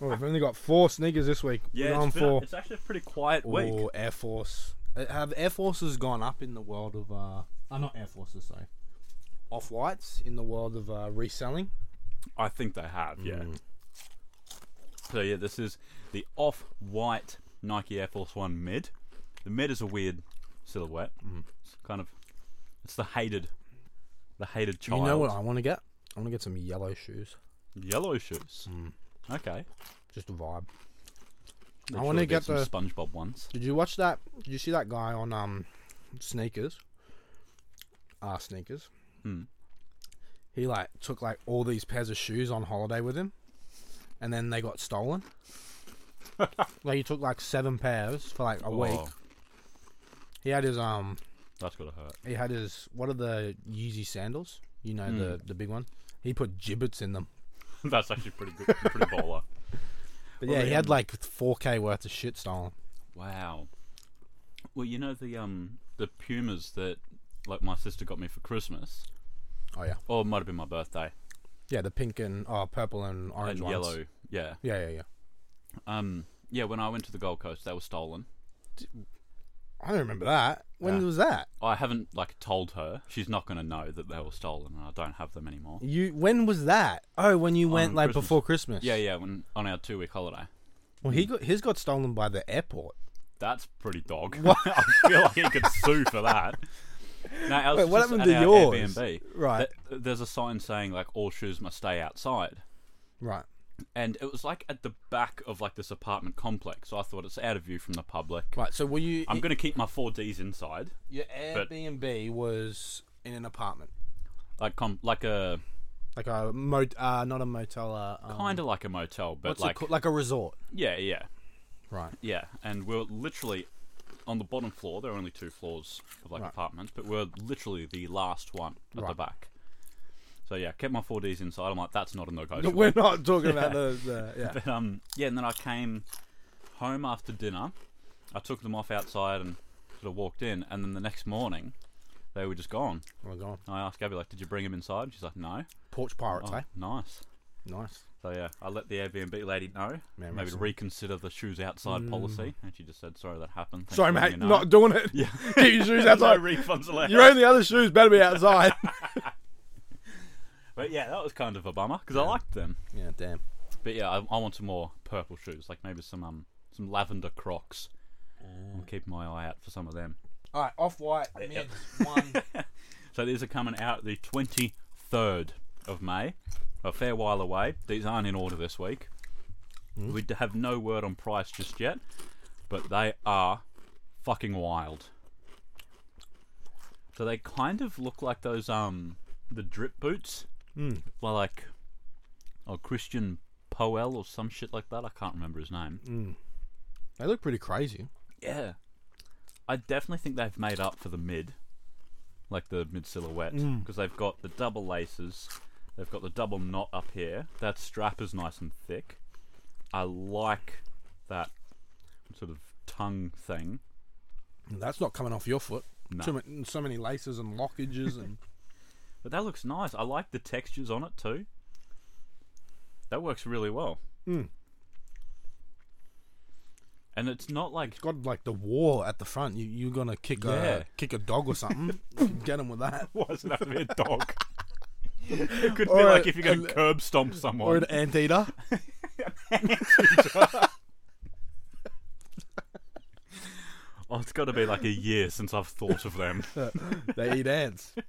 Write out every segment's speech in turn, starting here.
Well, we've only got four sneakers this week. We're Yeah, on it's, been, for it's actually a pretty quiet week. Ooh, Air Force. Uh, Have Air Forces gone up in the world of uh, uh not Air Forces, sorry. Off whites in the world of uh, reselling. I think they have, yeah. Mm. So yeah, this is the off-white Nike Air Force One mid. The mid is a weird silhouette. Mm. It's kind of, it's the hated, the hated child. You know what I want to get? I want to get some yellow shoes. Yellow shoes. Mm. Okay. Just a vibe. Make I want to we get some the. SpongeBob ones. Did you watch that? Did you see that guy on um, sneakers? Ah, sneakers. Hmm. He like took like all these pairs of shoes on holiday with him, and then they got stolen. like he took like seven pairs for like a week. Oh, He had his um, that's gotta hurt. he had his what are the Yeezy sandals? You know Hmm. the the big one. He put gibbets in them. that's actually pretty good, pretty bowler. But Well, yeah, they, he had um, like 4k worth of shit stolen. Wow. Well, you know the um the Pumas that like my sister got me for Christmas, Oh yeah, or it might have been my birthday. yeah, the pink and oh purple and orange and ones. yellow, yeah. Yeah, yeah, yeah. Um, yeah, when I went to the Gold Coast, they were stolen. I don't remember that. When Yeah. was that? I haven't like told her. She's not going to know that they were stolen, and I don't have them anymore. You when was that? Oh, when you went On like Christmas. before Christmas. Yeah, yeah. When on our two-week holiday, Well, he got his got stolen by the airport. that's pretty dog. I feel like he could sue for that. No, ours Wait, was what just happened at to our yours? Airbnb. Right, Th- There's a sign saying like all shoes must stay outside, right. and it was like at the back of like this apartment complex. So I thought it's out of view from the public. Right. So were you? I'm going to keep my four Ds inside, your but- Airbnb was in an apartment, like com- like a like a mot, uh, not a motel, uh, um, kind of like a motel, but what's it like called? like a resort. yeah, yeah. Right. Yeah, and we're literally on the bottom floor. There are only two floors of like Right. apartments, but we're literally the last one at the Right. back. So yeah, kept my four Ds inside. I'm like, that's not a no go. We're not talking about the, the yeah. But um, yeah, and then I came home after dinner. I took them off outside and sort of walked in, and then the next morning, they were just gone. Oh my god, And I asked Gabby like, "Did you bring them inside?" And she's like, "No." porch pirates, Oh, eh? nice. Nice. So yeah, I let the Airbnb lady know. Man, maybe to Russell. reconsider the shoes outside policy, and she just said, "Sorry, that happened." Thanks Sorry, for letting mate, me know." not doing it. Yeah. Keep your shoes That's no outside. refunds allowed. Your only other shoes better be outside. But yeah, that was kind of a bummer because I liked them. yeah, damn. But yeah, I, I want some more purple shoes, like maybe some um some lavender Crocs. Oh. I'm keeping my eye out for some of them. All right, off white mids one. So these are coming out the 23rd of May, a fair while away. These aren't in order this week. We d- have no word on price just yet, but they are fucking wild. So they kind of look like those um the drip boots, Mm. by like oh Christian Poel or some shit like that. I can't remember his name. They look pretty crazy. Yeah. I definitely think they've made up for the mid, like the mid silhouette, because Mm. they've got the double laces, they've got the double knot up here. That strap is nice and thick. I like that sort of tongue thing. That's not coming off your foot. No. Too ma- so many laces and lockages and But that looks nice. I like the textures on it too. That works really well. Mm. And it's not like it's got like the wall at the front. You you're gonna kick Yeah. a kick a dog or something. You can Get him with that. why does it have to be a dog? it could be Or like a- if you're going an- to curb stomp someone. Or an anteater. Oh, it's got to be like a year since I've thought of them. they eat ants.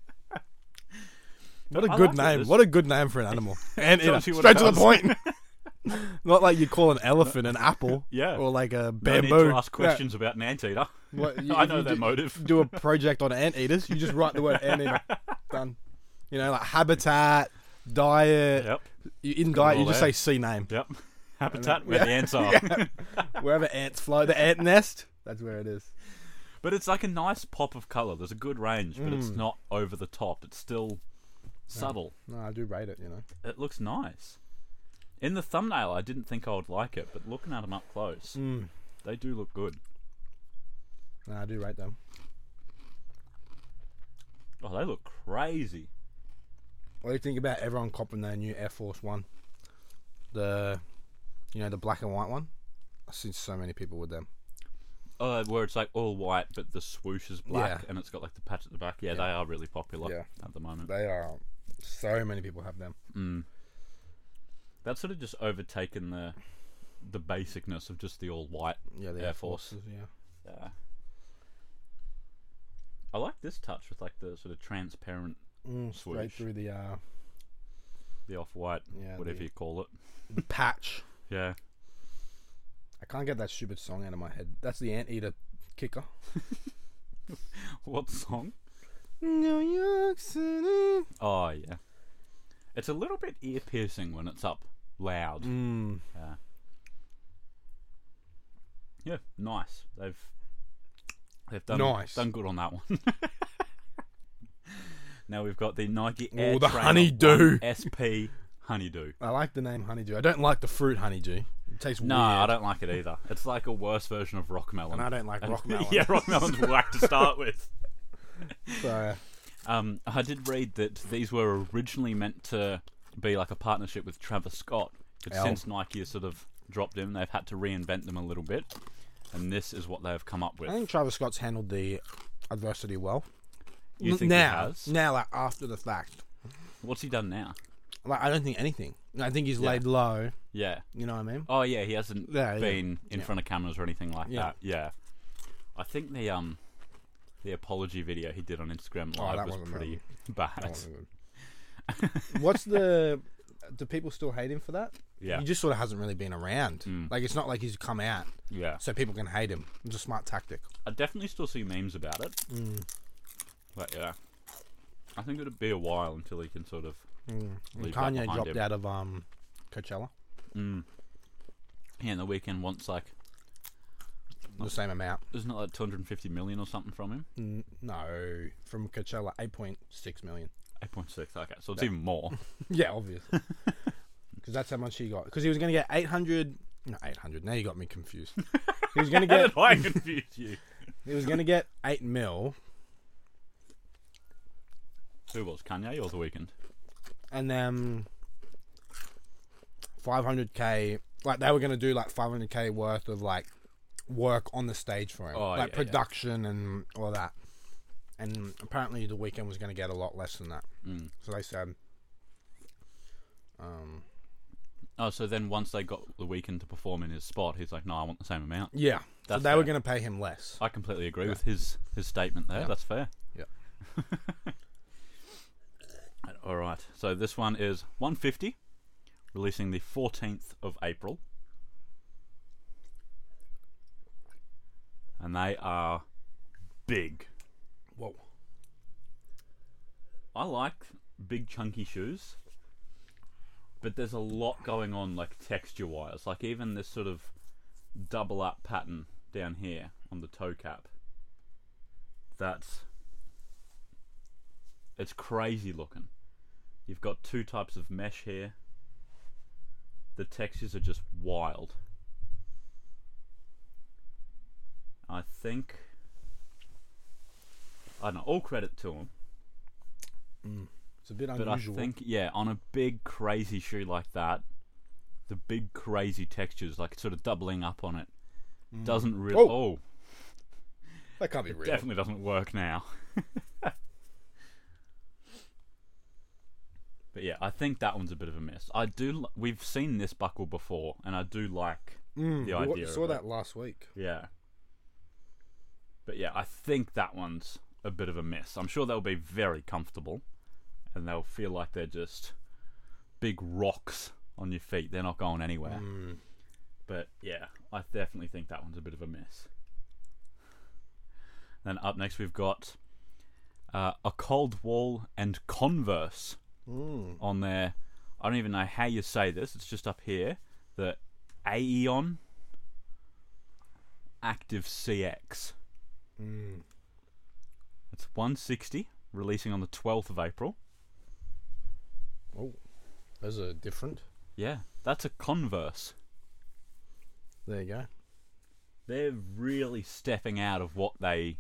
What a I good like it. name! This- What a good name for an animal. Anteater. Tells you what Straight it to the does. point. Not like you call an elephant an apple. Yeah. Or like a No bamboo. need to ask Yeah. questions about an anteater. What, you- I if know you their do- motive. Do a project on anteaters. You just write the word anteater. Done. You know, like habitat, diet. Yep, You in diet, all you just there. say C name. yep. Habitat where the ants are. Wherever ants flow, the ant nest. That's where it is. But it's like a nice pop of colour. There's a good range, but Mm. it's not over the top. It's still subtle. No, I do rate it. You know. It looks nice. In the thumbnail, I didn't think I would like it, but looking at them up close, Mm. Hmm. they do look good. No, I do rate them. Oh, they look crazy. What do you think about everyone copping their new Air Force One? The You know the black and white one. I've seen so many people with them. Uh, where it's like all white, but the swoosh is black, Yeah. and it's got like the patch at the back. Yeah, Yeah. they are really popular Yeah. at the moment. They are so many people have them. Mm. That's sort of just overtaken the the basicness of just the all white. Yeah, the Air Air Force. Forces. Yeah, Yeah. I like this touch with like the sort of transparent, mm, straight Swoosh. through the uh, the off white, yeah, whatever the, you call it. the patch. Yeah. I can't get that stupid song out of my head. That's the anteater kicker. What song? New York City. Oh yeah. It's a little bit ear piercing when it's up loud. Mm. Yeah. Yeah, nice. They've they've done Nice. done good on that one. now we've got the Nike Ooh, Air the Trainer Honeydew. 1 SP Honeydew. I like the name honeydew. I don't like the fruit honeydew. It tastes No, weird. I don't like it either. It's like a worse version of Rockmelon. And I don't like And- rock melon. yeah, Rockmelon's whack to start with. So Um, I did read that these were originally meant to be like a partnership with Travis Scott, but Ow. since Nike has sort of dropped them, they've had to reinvent them a little bit, and this is what they have come up I with. think Travis Scott's handled the adversity well. You think he now, has? now, like after the fact, What's he done now? like I don't think anything. I think he's Yeah. laid low. Yeah. You know what I mean? Oh yeah, he hasn't Yeah, yeah. been in Yeah. front of cameras or anything like Yeah. that. Yeah. I think the um the apology video he did on Instagram Oh, live that was wasn't pretty That bad. wasn't good. What's the? Do people still hate him for that? Yeah. He just sort of hasn't really been around. Mm. Like it's not like he's come out Yeah. so people can hate him. It's a smart tactic. I definitely still see memes about it, Mm. but yeah. I think it'd be a while until he can sort of Mm. And Leave that Kanye behind dropped him. out of um, Coachella Mm. Yeah, and the weekend wants like the same amount. isn't it like 250 million or something from him? N- no, from Coachella, eight point six million. 8.6. Okay, so it's Yeah. even more. Yeah, obviously. Because that's how much he got. Because he was going to get 800. No, 800. Now you got me confused. He was going to How get. did I confuse you? He was going to get eight mil, Who was Kanye or the weekend? and then 500k. Like they were going to do like 500k worth of like work on the stage for him, Oh, like yeah, yeah. production and all that. And apparently, the weekend was going to get a lot less than that. Mm. So they said, um, Oh, so then once they got the weekend to perform in his spot, he's like, "No, I want the same amount." yeah. That's so they were fair. going to pay him less. I completely agree Yeah. with his his statement there. Yeah. That's fair. Yeah. All right. So this one is 150, releasing the 14th of April, and they are big. Whoa. I like big chunky shoes, but there's a lot going on, like texture wise. Like even this sort of double up pattern down here on the toe cap. That's it's crazy looking. You've got two types of mesh here. The textures are just wild. I think I don't know. All credit to them. It's a bit But unusual. I think, yeah, on a big crazy shoe like that, the big crazy textures, like sort of doubling up on it, doesn't really. Oh, Oh, that can't be real. definitely doesn't work now. but yeah, I think that one's a bit of a miss. I do. li- We've seen this buckle before, and I do like. Mm, the we wa- idea saw of it. that last week. Yeah. But yeah, I think that one's a bit of a miss. I'm sure they'll be very comfortable and they'll feel like they're just big rocks on your feet. They're not going anywhere. Mm. But yeah, I definitely think that one's a bit of a miss. Then up next, we've got uh, a Cold Wall and Converse Mm. on there. I don't even know how you say this. It's just up here. The Aeon Active CX. Mm. It's 160, releasing on the 12th of April. Oh, those are different. Yeah, that's a Converse. There you go. They're really stepping out of what they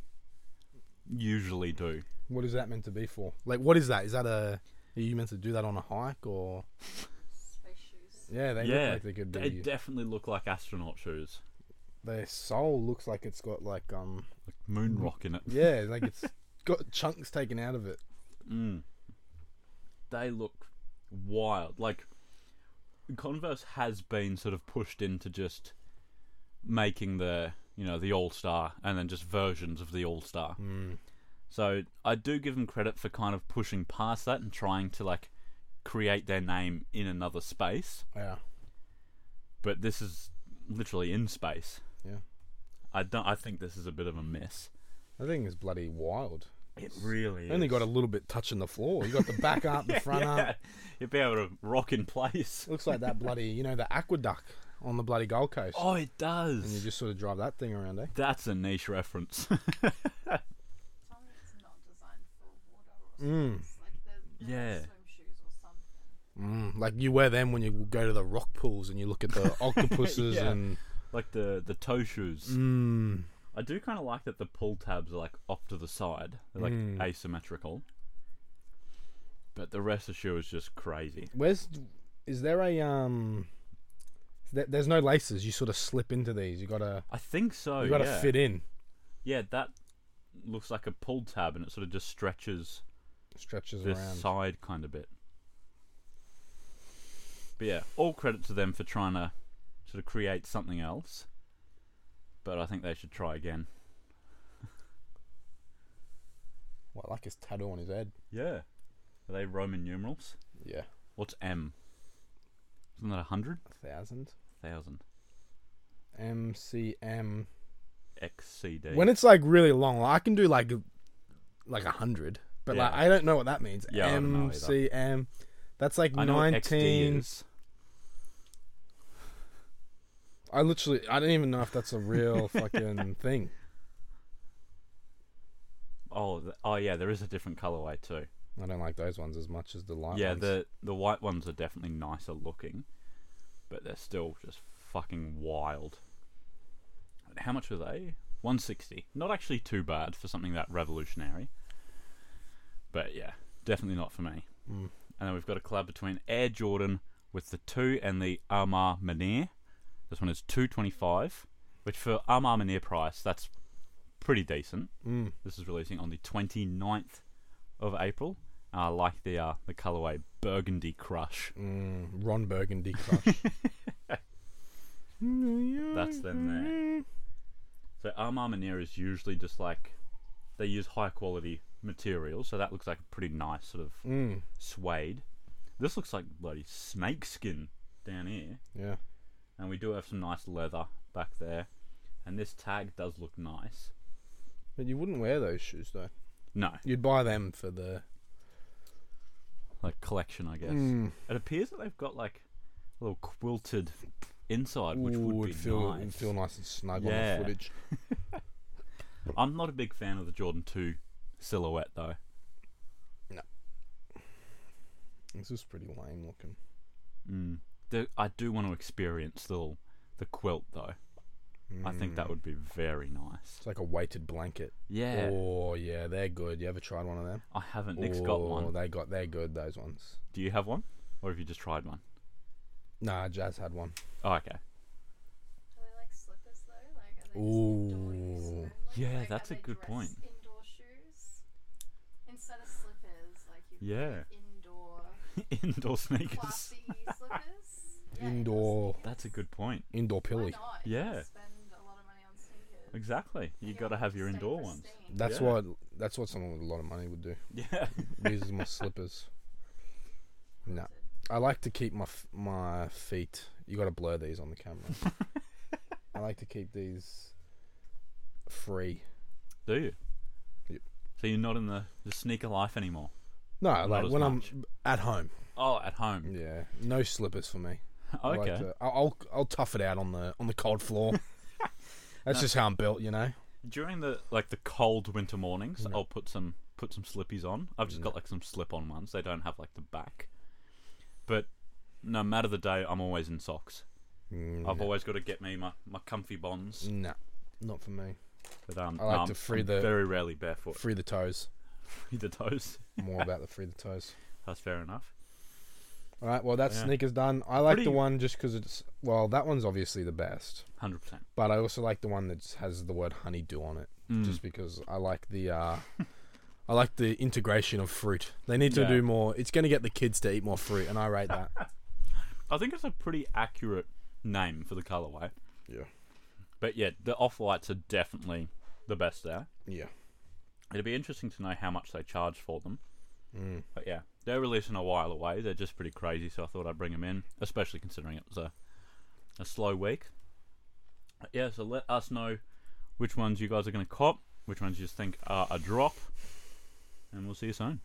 usually do. What is that meant to be for? Like, what is that? Is that a? Are you meant to do that on a hike or? Space shoes. Yeah, they yeah, look like they could they be. definitely look like astronaut shoes, Their sole looks like it's got like um like moon rock in it. yeah, like it's got chunks taken out of it. Mm. They look wild. Like Converse has been sort of pushed into just making the you know the All Star and then just versions of the All Star. Mm. So I do give them credit for kind of pushing past that and trying to like create their name in another space. Yeah. But this is literally in space. Yeah. I don't. I think this is a bit of a mess. That thing is bloody wild. It really Only got a little bit touching the floor. You got the back up, the front up. You'd be able to rock in place. Looks like that bloody, you know, the aqueduct on the bloody Gold Coast. Oh, it And you does. just sort of drive that thing around, eh? That's a niche reference. Tell me it's not designed for water or Mm. space. Like they're, Yeah. they're swim shoes or something. Mm, like you wear them when you go to the rock pools and you look at the octopuses Yeah. and. like the the toe shoes. Mm, I do kind of like that the pull tabs are like off to the side, they're like Mm. asymmetrical. But the rest of the shoe is just crazy. where's. Is there a. um? There, there's no laces. You sort of slip into these. You gotta. I think so. you gotta Oh, yeah. fit in. Yeah, that looks like a pull tab, and it sort of just stretches Stretches this around. side kind of bit. But yeah, all credit to them for trying to sort of create something else. But I think they should try again. Well, I like his tattoo on his head. Yeah. Are they Roman numerals? Yeah. What's M? Isn't that a hundred A thousand. thousand? MCM. XCD. When it's like really long, like I can do like like a hundred, but like Yeah. I don't know what that means. Yeah, I don't know either. MCM. That's like I know what XD nineteen. is. I literally, I don't even know if that's a real fucking thing. Oh, th- oh yeah, there is a different colorway too. I don't like those ones as much as the light yeah, ones. the the white ones are definitely nicer looking, but they're still just fucking wild. How much were they? One sixty. Not actually too bad for something that revolutionary. But yeah, definitely not for me. Mm. And then we've got a collab between Air Jordan with the two and the Armar Manier. This one is two twenty five, which for Armar Manier price, that's pretty decent. Mm. This is releasing on the 29th of April. I like the uh, the colorway Burgundy Crush. Mm, Ron Burgundy crush. That's Mm-hmm. them So Armand Manier is usually just like they use high quality material, so that looks like a pretty nice sort of Mm, suede. This looks like bloody snake skin down here, yeah. and we do have some nice leather back there, and this tag does look nice. But you wouldn't wear those shoes though. No, You'd buy them for the. like collection, I guess. Mm, It appears that they've got like a little quilted inside, which ooh, would, be it'd feel, nice. it'd feel nice and snug Yeah. on the footage. I'm not a big fan of the Jordan 2 silhouette though. This is pretty lame looking. Mm. The, I do want to experience the the quilt though. I think that would be very nice. Mm. It's like a weighted blanket. Yeah, Oh yeah, they're good. You ever tried one of them? I haven't. Nick's oh, got one. They got they're good. Those ones. Do you have one, or have you just tried one? Nah, Jazz had one. Oh, okay. Are they like slippers though? Like are they just indoor use Ooh. only? Yeah, Like, are that's a they good dress point. Indoor shoes instead of slippers, like you Yeah. indoor Indoor sneakers. classy slippers. Yeah, Indoor. sneakers. That's a good point. Indoor Why pilly. not? Yeah. You spend a lot of money on sneakers. Exactly. You Yeah, got to have your stay indoor ones. pristine. That's Yeah. what that's what someone with a lot of money would do. Yeah. These are my slippers. No, I like to keep my f- my feet. You got to blur these on the camera. I like to keep these free. Do you? Yep. So you're not in the, the sneaker life anymore. No, Not like as when much. I'm at home. Oh, at home. Yeah, no slippers for me. I like Okay. to- I'll, I'll I'll tough it out on the on the cold floor. That's just how I'm built, you know. during the like the cold winter mornings No. i'll put some put some slippies on i've just got like some slip on ones they don't have like the back but no matter the day i'm always in socks i've always got to get me my, my comfy bonds No, not for me. but um Mm. I like no, to I'm- free I'm the- very rarely barefoot Free the toes. free the toes More about the free the toes. that's fair enough All right. Well, that Yeah. sneaker's done. I like the Pretty- one just because it's well, that one's obviously the best, Hundred percent. but I also like the one that has the word honeydew on it, just because I like the. Uh, I like the integration of fruit. They need to Yeah. do more. It's going to get the kids to eat more fruit, and I rate that. I think it's a pretty accurate name for the colorway. Yeah. But yeah, the off whites are definitely the best there. Yeah. It'd be interesting to know how much they charge for them. But yeah, they're releasing a while away. They're just pretty crazy, so I thought I'd bring them in, especially considering it was a a slow week. But yeah, so let us know which ones you guys are going to cop, which ones you just think are a drop, and we'll see you soon.